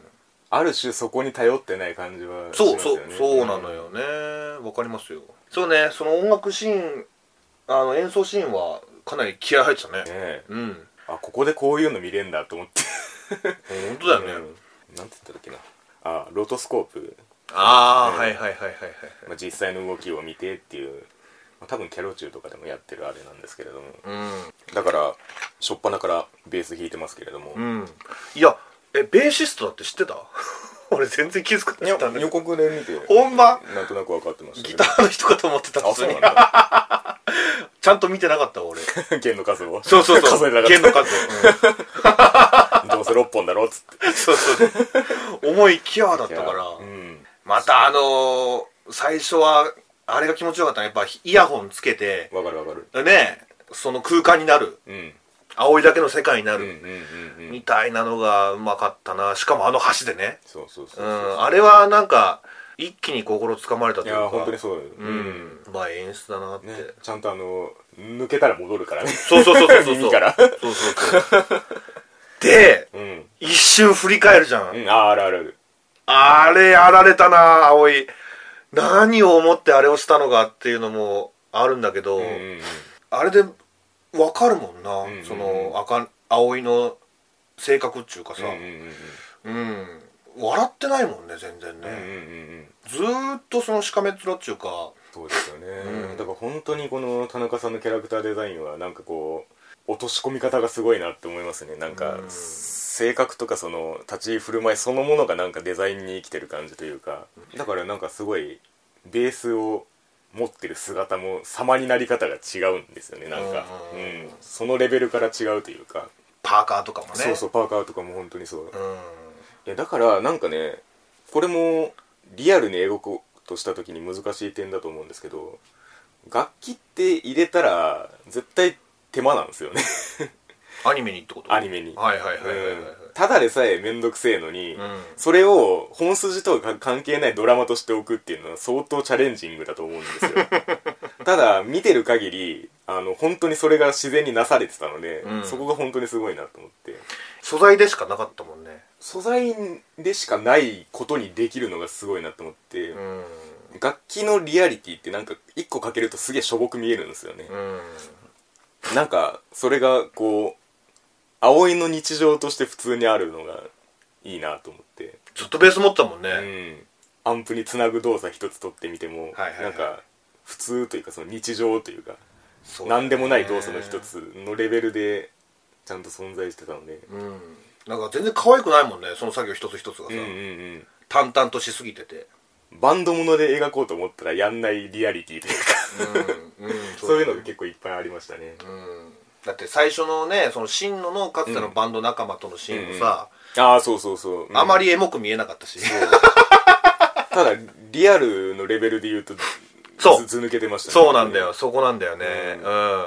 [SPEAKER 1] ある種そこに頼ってない感じはしますよ
[SPEAKER 2] そう
[SPEAKER 1] ね
[SPEAKER 2] そうそうなのよねわかりますよそうねその音楽シーンあの演奏シーンはかなり気合入ってたね
[SPEAKER 1] ねえ
[SPEAKER 2] うん
[SPEAKER 1] あここでこういうの見れんだと思って
[SPEAKER 2] 本当だよね、
[SPEAKER 1] うんなんて言った時なあロトスコープ、
[SPEAKER 2] ああ、
[SPEAKER 1] うん
[SPEAKER 2] はいはいはいはいはい
[SPEAKER 1] まあ、実際の動きを見てっていう、まあ、多分キャロチューとかでもやってるあれなんですけれどもだから初っ端からベース弾いてますけれども、
[SPEAKER 2] うんうんいやえベーシストだって知ってた *laughs* 俺全然気づか
[SPEAKER 1] い
[SPEAKER 2] なか
[SPEAKER 1] や
[SPEAKER 2] ったんだけ
[SPEAKER 1] 予
[SPEAKER 2] ど
[SPEAKER 1] 告で見て
[SPEAKER 2] ほんま
[SPEAKER 1] なんとなく分かってましたけ
[SPEAKER 2] ギ
[SPEAKER 1] ど
[SPEAKER 2] ターの人かと思ってた
[SPEAKER 1] あそ
[SPEAKER 2] 普通
[SPEAKER 1] う
[SPEAKER 2] に
[SPEAKER 1] なんだ
[SPEAKER 2] ちゃんと見てなかった
[SPEAKER 1] *laughs*
[SPEAKER 2] 俺
[SPEAKER 1] 弦の数を
[SPEAKER 2] そうそうそ
[SPEAKER 1] 数え
[SPEAKER 2] う
[SPEAKER 1] てなかった
[SPEAKER 2] 弦の数、うん
[SPEAKER 1] どうせ6本だろっつって
[SPEAKER 2] そうそう
[SPEAKER 1] *laughs*
[SPEAKER 2] そう思いきやだったか
[SPEAKER 1] い
[SPEAKER 2] ら
[SPEAKER 1] やうん
[SPEAKER 2] またあのー最初はあれが気持ちよかったねやっぱイヤホンつけて
[SPEAKER 1] わかるわかる
[SPEAKER 2] ねその空間になる
[SPEAKER 1] うん
[SPEAKER 2] 青いだけの世界にな
[SPEAKER 1] うんうん
[SPEAKER 2] る、
[SPEAKER 1] うんうん
[SPEAKER 2] みたいなのがうまかったなしかもあの橋でね
[SPEAKER 1] そうそうそうそ
[SPEAKER 2] う
[SPEAKER 1] うん
[SPEAKER 2] あれはなんか一気に心つかまれたと
[SPEAKER 1] い
[SPEAKER 2] いう
[SPEAKER 1] や
[SPEAKER 2] か
[SPEAKER 1] 本当にそう
[SPEAKER 2] うん、まあ演出だなって、
[SPEAKER 1] ねちゃんとあの抜けたら戻るからね
[SPEAKER 2] そうそうそうそうそう
[SPEAKER 1] *laughs* 耳から
[SPEAKER 2] そうそうそうで
[SPEAKER 1] うん
[SPEAKER 2] 一瞬振り返るじゃん、
[SPEAKER 1] うんああるあるある
[SPEAKER 2] あれやられたな葵何を思ってあれをしたのかっていうのもあるんだけど、
[SPEAKER 1] うんうん
[SPEAKER 2] あれでわかるもんな、
[SPEAKER 1] んうんうん
[SPEAKER 2] その赤葵の性格っちゅうかさ
[SPEAKER 1] うんうんうん
[SPEAKER 2] うん、笑ってないもんね全然
[SPEAKER 1] うんうんうんう
[SPEAKER 2] ね、
[SPEAKER 1] んうん
[SPEAKER 2] ずーっとそのしかめっ面っちゅうか
[SPEAKER 1] そうですよね、
[SPEAKER 2] うん
[SPEAKER 1] だから本当にこの田中さんのキャラクターデザインはなんかこう落とし込み方がすごいなって思いますねなんか
[SPEAKER 2] うん
[SPEAKER 1] 性格とかその立ち居振る舞いそのものがなんかデザインに生きてる感じというかだからなんかすごいベースを持ってる姿も様になり方が違うんですよねなんか、う
[SPEAKER 2] うんん
[SPEAKER 1] そのレベルから違うというか、
[SPEAKER 2] パーカーとかもね
[SPEAKER 1] そうそうパーカーとかも本当にそう、い
[SPEAKER 2] うん
[SPEAKER 1] やだからなんかねこれもリアルに描こうとした時に難しい点だと思うんですけど楽器って入れたら絶対手間なんですよね
[SPEAKER 2] アニメにってこと
[SPEAKER 1] アニメに
[SPEAKER 2] はいはいはいはいはい、
[SPEAKER 1] うんただでさえ面倒くせえのに、
[SPEAKER 2] うん
[SPEAKER 1] それを本筋とは関係ないドラマとしておくっていうのは相当チャレンジングだと思うんですよ
[SPEAKER 2] *laughs*
[SPEAKER 1] ただ見てる限りあの本当にそれが自然になされてたので、
[SPEAKER 2] うん
[SPEAKER 1] そこが本当にすごいなと思って
[SPEAKER 2] 素材でしかなかったもんね
[SPEAKER 1] 素材でしかないことにできるのがすごいなと思って、
[SPEAKER 2] うん
[SPEAKER 1] 楽器のリアリティってなんか一個かけるとすげえしょぼく見えるんですよね、
[SPEAKER 2] うん
[SPEAKER 1] なんかそれがこう葵の日常として普通にあるのがいいなと思って
[SPEAKER 2] ずっとベース持ってたもんね、
[SPEAKER 1] うん、アンプにつなぐ動作一つ取ってみても、
[SPEAKER 2] はいはいはい
[SPEAKER 1] なんか普通というかその日常というか
[SPEAKER 2] そうだね
[SPEAKER 1] 何でもない動作の一つのレベルでちゃんと存在してたので、
[SPEAKER 2] うんなんか全然可愛くないもんねその作業一つ一つが
[SPEAKER 1] う
[SPEAKER 2] さ、
[SPEAKER 1] んうん
[SPEAKER 2] 淡々としすぎてて
[SPEAKER 1] うん、バンドもので描こうと思ったらやんないリアリティというか
[SPEAKER 2] う
[SPEAKER 1] *laughs*
[SPEAKER 2] ん、うん、
[SPEAKER 1] そういうのが結構いっぱいありましたね、
[SPEAKER 2] うんだって最初のねその真野のかつてのバンド仲間とのシーンもさ、
[SPEAKER 1] ああそうそうそう、うん
[SPEAKER 2] あまりエモく見えなかったし、
[SPEAKER 1] ただリアルのレベルで言うと
[SPEAKER 2] そう
[SPEAKER 1] ずず抜けてましたね
[SPEAKER 2] そうなんだよ、そこなんだよね
[SPEAKER 1] う
[SPEAKER 2] うんん、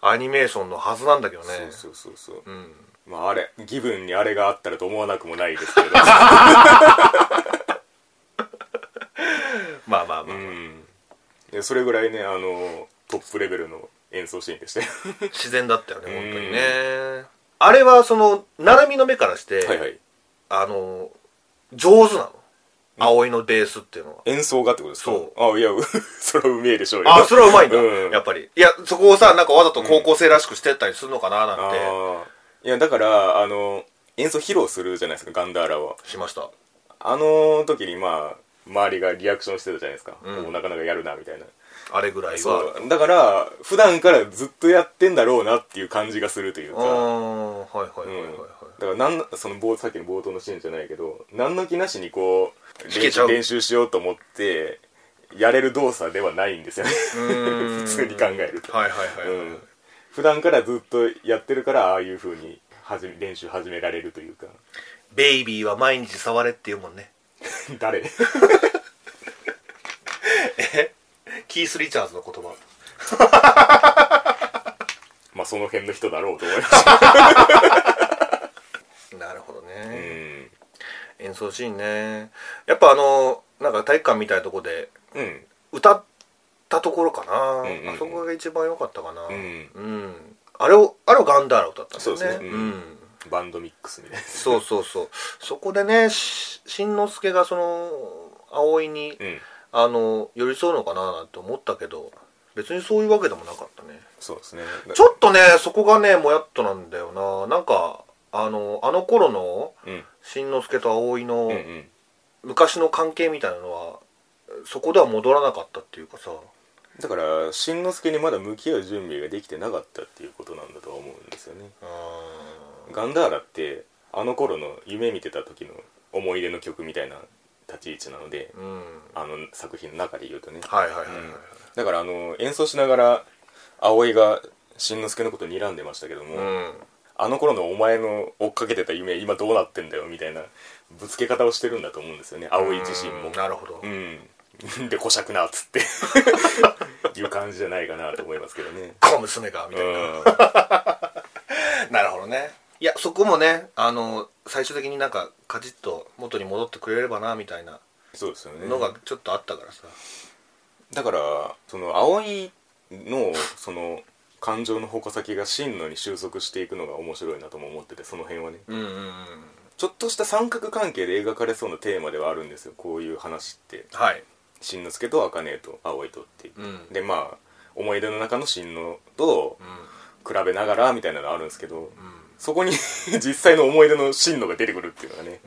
[SPEAKER 2] アニメーションのはずなんだけどね
[SPEAKER 1] そうそうそうそう
[SPEAKER 2] うん
[SPEAKER 1] まああれ気分にあれがあったらと思わなくもない
[SPEAKER 2] *laughs*
[SPEAKER 1] ですけれども
[SPEAKER 2] まあまあまあ、
[SPEAKER 1] うんいやそれぐらいねあのトップレベルの演奏シーンでしたよ
[SPEAKER 2] *laughs* 自然だったよね本当にね、あれはそのな海の目からして、
[SPEAKER 1] はいはい
[SPEAKER 2] あの上手なの葵のベースっていうのは
[SPEAKER 1] 演奏がってことですか
[SPEAKER 2] そう
[SPEAKER 1] あいや *laughs* それはうめえでしょうよ
[SPEAKER 2] あそれはうまいんだ、
[SPEAKER 1] うん
[SPEAKER 2] やっぱりいやそこをさなんかわざと高校生らしくしてったりするのかななんて、
[SPEAKER 1] あーいやだからあの演奏披露するじゃないですかガンダーラは
[SPEAKER 2] しました
[SPEAKER 1] あの時にまあ周りがリアクションしてたじゃないですか、
[SPEAKER 2] ん
[SPEAKER 1] おなかなかやるなみたいな
[SPEAKER 2] あれぐらいは
[SPEAKER 1] そうだから普段からずっとやってんだろうなっていう感じがするという
[SPEAKER 2] あ
[SPEAKER 1] か、
[SPEAKER 2] あはいはいはいはいはい、
[SPEAKER 1] だからなんのその冒さっきの冒頭のシーンじゃないけど何の気なしにこう
[SPEAKER 2] 弾けちゃう
[SPEAKER 1] 練習しようと思ってやれる動作ではないんですよね
[SPEAKER 2] 普
[SPEAKER 1] *laughs* 普通に考えると、
[SPEAKER 2] はいはいはい、
[SPEAKER 1] うん、普段からずっとやってるからああいう風に始め練習始められるというか *laughs*
[SPEAKER 2] ベイビーは毎日触れって言うもんね
[SPEAKER 1] 誰 *laughs*
[SPEAKER 2] キース・リチャーズの言葉
[SPEAKER 1] まあその辺の人だろうと思いま
[SPEAKER 2] *laughs*
[SPEAKER 1] した、
[SPEAKER 2] なるほど
[SPEAKER 1] う
[SPEAKER 2] ね、
[SPEAKER 1] ん
[SPEAKER 2] 演奏シーンねやっぱあのなんか体育館みたいなとこで
[SPEAKER 1] うん、
[SPEAKER 2] 歌ったところかな、
[SPEAKER 1] んうんうん
[SPEAKER 2] あそこが一番良かったかなうんあれをあれをガンダーラ歌ったんだよね
[SPEAKER 1] そうですねうん
[SPEAKER 2] ん
[SPEAKER 1] バンドミックスみたいな
[SPEAKER 2] そうそうそうそこでねししんのすけがその葵に、
[SPEAKER 1] うん
[SPEAKER 2] あの寄り添うのかななんて思ったけど別にそういうわけでもなかったね
[SPEAKER 1] そうですね
[SPEAKER 2] ちょっとねそこがねもやっとなんだよななんかあのあの頃の
[SPEAKER 1] うん
[SPEAKER 2] しんのすけと葵の
[SPEAKER 1] うんうん
[SPEAKER 2] 昔の関係みたいなのはそこでは戻らなかったっていうかさ
[SPEAKER 1] だからしんのすけにまだ向き合う準備ができてなかったっていうことなんだとは思うんですよね
[SPEAKER 2] うーん
[SPEAKER 1] ガンダーラってあの頃の夢見てた時の思い出の曲みたいな立ち位置なので
[SPEAKER 2] うん
[SPEAKER 1] あの作品の中で言うとね
[SPEAKER 2] はいはいはいはい、
[SPEAKER 1] うんだからあの演奏しながら葵がしんのすけのこと睨んでましたけども、
[SPEAKER 2] うん
[SPEAKER 1] あの頃のお前の追っかけてた夢今どうなってんだよみたいなぶつけ方をしてるんだと思うんですよね葵自身も
[SPEAKER 2] うんなるほど、
[SPEAKER 1] うん、で *laughs* こしゃくなっつっていう感じじゃないかなと思いますけどね
[SPEAKER 2] 小娘がみたいな、
[SPEAKER 1] う
[SPEAKER 2] なるほどねいやそこもねあの最終的になんかカチッと元に戻ってくれればなみたいなん
[SPEAKER 1] そうですよね
[SPEAKER 2] のがちょっとあったからさ、
[SPEAKER 1] だからその葵のその感情の矛先が真のに収束していくのが面白いなとも思っててその辺はね
[SPEAKER 2] うん、うんうん
[SPEAKER 1] ちょっとした三角関係で描かれそうなテーマではあるんですよこういう話って
[SPEAKER 2] はい
[SPEAKER 1] 真之介と茜と葵とっていう
[SPEAKER 2] う、ん
[SPEAKER 1] でまあ思い出の中の真のと
[SPEAKER 2] う
[SPEAKER 1] 比べながらみたいなのあるんですけど
[SPEAKER 2] ん
[SPEAKER 1] そこに *laughs* 実際の思い出の真のが出てくるっていうのがね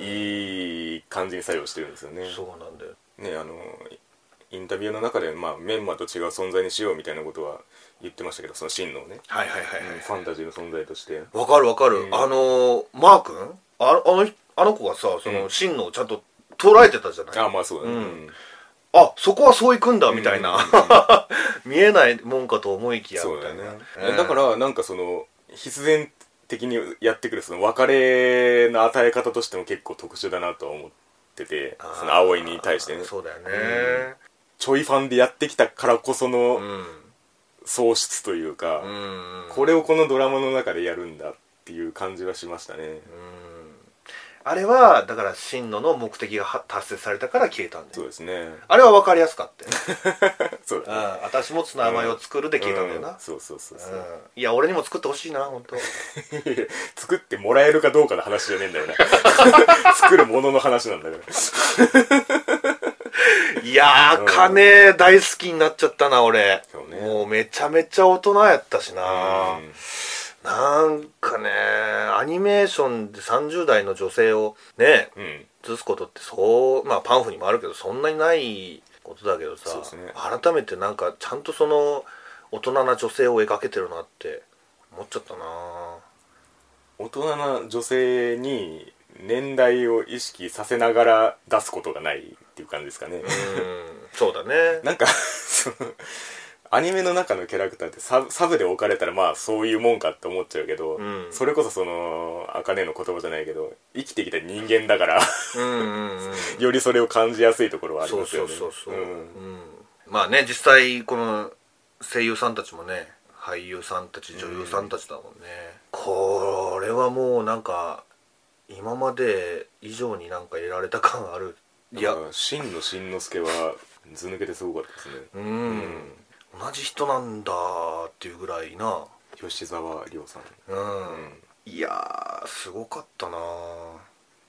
[SPEAKER 2] うん
[SPEAKER 1] いい感じに作用してるんですよね
[SPEAKER 2] そうなんだよ
[SPEAKER 1] ねあのインタビューの中で、まあ、メンマと違う存在にしようみたいなことは言ってましたけどその真のね、
[SPEAKER 2] はいはいはい
[SPEAKER 1] うんファンタジーの存在として
[SPEAKER 2] わかるわかる、
[SPEAKER 1] うん
[SPEAKER 2] あのーマー君あのあのあの子がさその進路をちゃんと捉えてたじゃない、
[SPEAKER 1] ああまあそうだね、
[SPEAKER 2] うん
[SPEAKER 1] うん
[SPEAKER 2] あそこはそういくんだみたいな、 *laughs* 見えないもんかと思いきやみ
[SPEAKER 1] そうだ
[SPEAKER 2] た
[SPEAKER 1] よ
[SPEAKER 2] い
[SPEAKER 1] ね
[SPEAKER 2] な、
[SPEAKER 1] えだからなんかその必然的にやってくるその別れの与え方としても結構特殊だなとは思ってて
[SPEAKER 2] あー
[SPEAKER 1] その葵に対してね
[SPEAKER 2] そうだよね
[SPEAKER 1] ちょいファンでやってきたからこそ
[SPEAKER 2] う
[SPEAKER 1] の
[SPEAKER 2] ん、
[SPEAKER 1] 喪失というか、
[SPEAKER 2] うん
[SPEAKER 1] これをこのドラマの中でやるんだっていう感じはしましたね、
[SPEAKER 2] あれはだから真野の目的がは達成されたから消えたんだ
[SPEAKER 1] そう
[SPEAKER 2] よ
[SPEAKER 1] ですね
[SPEAKER 2] あれは分かりやすか
[SPEAKER 1] *laughs*
[SPEAKER 2] ったよ、
[SPEAKER 1] そう
[SPEAKER 2] う
[SPEAKER 1] だね
[SPEAKER 2] ん、私もつ名前を作るで消えたんだよな、
[SPEAKER 1] うそうそうそうそう、
[SPEAKER 2] うんいや俺にも作ってほしいな本当。
[SPEAKER 1] 作ってもらえるかどうかの話じゃねえんだ
[SPEAKER 2] *laughs*
[SPEAKER 1] よな作るものの話なんだから
[SPEAKER 2] いやー、金大好きになっちゃったな、俺
[SPEAKER 1] そう。ね
[SPEAKER 2] もうめちゃめちゃ大人やったしな
[SPEAKER 1] う。ん
[SPEAKER 2] なんかね、アニメーションで30代の女性をね、
[SPEAKER 1] うん
[SPEAKER 2] 映すことってそう、まあパンフにもあるけど、そんなにないことだけど
[SPEAKER 1] そう
[SPEAKER 2] さ
[SPEAKER 1] ですね、
[SPEAKER 2] 改めてなんかちゃんとその大人な女性を描けてるなって思っちゃったな
[SPEAKER 1] 大人な女性に年代を意識させながら出すことがないっていう感じですかね、 *laughs*
[SPEAKER 2] うん、そうだね。
[SPEAKER 1] なんか *laughs* そのアニメの中のキャラクターってサブサブで置かれたらまあそういうもんかって思っちゃうけど、
[SPEAKER 2] うん
[SPEAKER 1] それこそその茜の言葉じゃないけど生きてきた人間だから *laughs*
[SPEAKER 2] うんうんうん。
[SPEAKER 1] よりそれを感じやすいところはあり
[SPEAKER 2] そ
[SPEAKER 1] ま
[SPEAKER 2] う
[SPEAKER 1] す
[SPEAKER 2] そ
[SPEAKER 1] よ
[SPEAKER 2] う
[SPEAKER 1] ね
[SPEAKER 2] そうそう、
[SPEAKER 1] う
[SPEAKER 2] うん
[SPEAKER 1] ん
[SPEAKER 2] まあね実際この声優さんたちもね俳優さんたち女優さんたちだもんね、これはもうなんか今まで以上になんか得られた感あるい
[SPEAKER 1] いや
[SPEAKER 2] や
[SPEAKER 1] 真の真之介は図抜けてすごかったですね
[SPEAKER 2] うん、同じ人なんだっていうぐらいな
[SPEAKER 1] 吉沢亮さん
[SPEAKER 2] うん、
[SPEAKER 1] ん
[SPEAKER 2] いやーすごかったな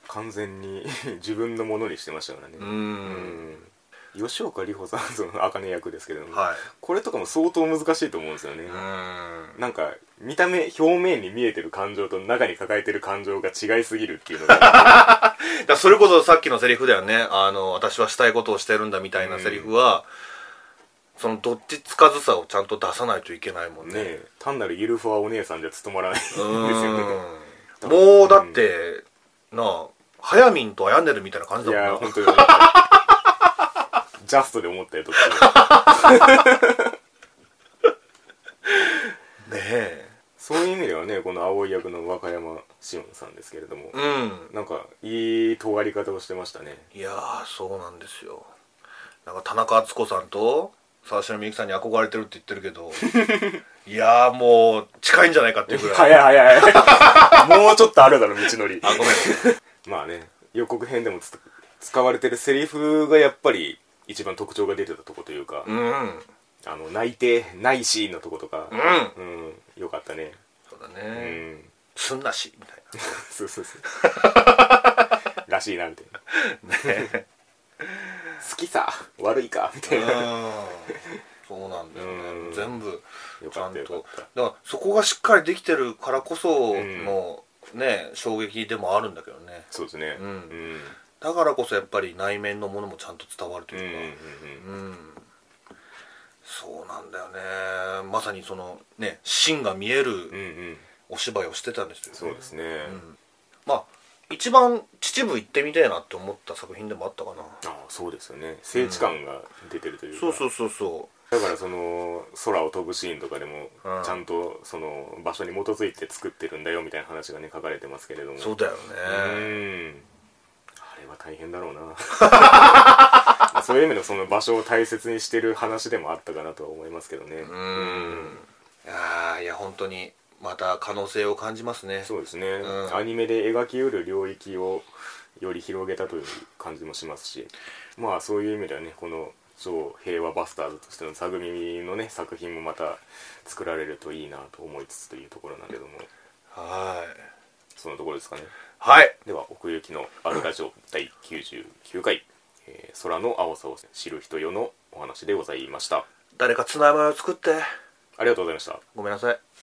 [SPEAKER 1] 完全に *laughs* 自分のものにしてましたからね
[SPEAKER 2] うん、
[SPEAKER 1] うん吉岡里帆さんその茜役ですけれども、
[SPEAKER 2] はい
[SPEAKER 1] これとかも相当難しいと思うんですよね、
[SPEAKER 2] うん
[SPEAKER 1] なんか見た目表面に見えてる感情と中に抱えてる感情が違いすぎるっていうの
[SPEAKER 2] *laughs*
[SPEAKER 1] が
[SPEAKER 2] だからそれこそさっきのセリフだよねあの私はしたいことをしてるんだみたいなセリフは、そのどっちつかずさをちゃんと出さないといけないもん *laughs*
[SPEAKER 1] ね
[SPEAKER 2] ね
[SPEAKER 1] え単なるゆるふわお姉さんじゃ務まらないんです
[SPEAKER 2] う
[SPEAKER 1] よね
[SPEAKER 2] んもうだって、なあ早見んとあやねるみたいな感じ
[SPEAKER 1] い
[SPEAKER 2] だ
[SPEAKER 1] や
[SPEAKER 2] もんな
[SPEAKER 1] 本
[SPEAKER 2] *laughs*
[SPEAKER 1] 当にジャストで思ったよどっちも
[SPEAKER 2] ねえ
[SPEAKER 1] そういう意味ではねこの青い役の和歌山志音さんですけれども、
[SPEAKER 2] うん
[SPEAKER 1] なんかいい尖り方をしてましたね
[SPEAKER 2] いやーそうなんですよなんか田中敦子さんと沢島みゆきさんに憧れてるって言ってる
[SPEAKER 1] *laughs*
[SPEAKER 2] けどいやーもう近いんじゃないかっていうぐらい
[SPEAKER 1] 早い早い早い
[SPEAKER 2] *laughs*
[SPEAKER 1] もうちょっとあるだろ道のり
[SPEAKER 2] あごめん
[SPEAKER 1] まあね予告編でもつ使われてるセリフがやっぱり一番特徴が出てたとこというか、
[SPEAKER 2] うんうん
[SPEAKER 1] あの泣いてないシーンのとことか
[SPEAKER 2] そ
[SPEAKER 1] うん、よかったね
[SPEAKER 2] うだ
[SPEAKER 1] う
[SPEAKER 2] ね、
[SPEAKER 1] ん
[SPEAKER 2] すんなしみたいな
[SPEAKER 1] そうそう
[SPEAKER 2] *laughs*
[SPEAKER 1] そうらしいなみたいな、好きさ悪いかみたいな
[SPEAKER 2] *laughs* そうなんだよ
[SPEAKER 1] う
[SPEAKER 2] ね
[SPEAKER 1] ん
[SPEAKER 2] 全部
[SPEAKER 1] よ
[SPEAKER 2] ちゃ
[SPEAKER 1] か
[SPEAKER 2] ん
[SPEAKER 1] った
[SPEAKER 2] とだ
[SPEAKER 1] よかっ
[SPEAKER 2] か
[SPEAKER 1] た
[SPEAKER 2] らそこがしっかりできてるからこそのね衝撃でもあるんだけどね
[SPEAKER 1] そうですね
[SPEAKER 2] うん
[SPEAKER 1] うん
[SPEAKER 2] だからこそやっぱり内面のものもちゃんと伝わると
[SPEAKER 1] うんうん
[SPEAKER 2] いうかうんそうなんだよねまさにそのね芯が見え
[SPEAKER 1] うんうんう
[SPEAKER 2] る
[SPEAKER 1] んうん
[SPEAKER 2] お芝居をしてたんですよ
[SPEAKER 1] そうですね、
[SPEAKER 2] うんまあ一番秩父行ってみたいなって思った作品でもあったかな
[SPEAKER 1] ああそうですよね聖地感が出てるというか、
[SPEAKER 2] そうそうそうそう
[SPEAKER 1] だからその空を飛ぶシーンとかでも
[SPEAKER 2] うん
[SPEAKER 1] ちゃんとその場所に基づいて作ってるんだよみたいな話がね書かれてますけれども
[SPEAKER 2] そうだよ
[SPEAKER 1] う
[SPEAKER 2] ね
[SPEAKER 1] んあれは大変だろうなそういう意味のその場所を大切にしてる話でもあったかなとは思いますけどね
[SPEAKER 2] うんいやーいや本当にまた可能性を感じますね
[SPEAKER 1] そうですね、
[SPEAKER 2] ん
[SPEAKER 1] アニメで描きうる領域をより広げたという感じもしますしまあそういう意味ではねこの超平和バスターズとしての座組のね作品もまた作られるといいなと思いつつというところなんだけども
[SPEAKER 2] は
[SPEAKER 1] そのところですかね
[SPEAKER 2] いはい
[SPEAKER 1] では奥行きのあるラジオ第99回、えー空の青さを知る人よ」のお話でございました
[SPEAKER 2] 誰かつないまを作って
[SPEAKER 1] ありがとうございました
[SPEAKER 2] ごめんなさい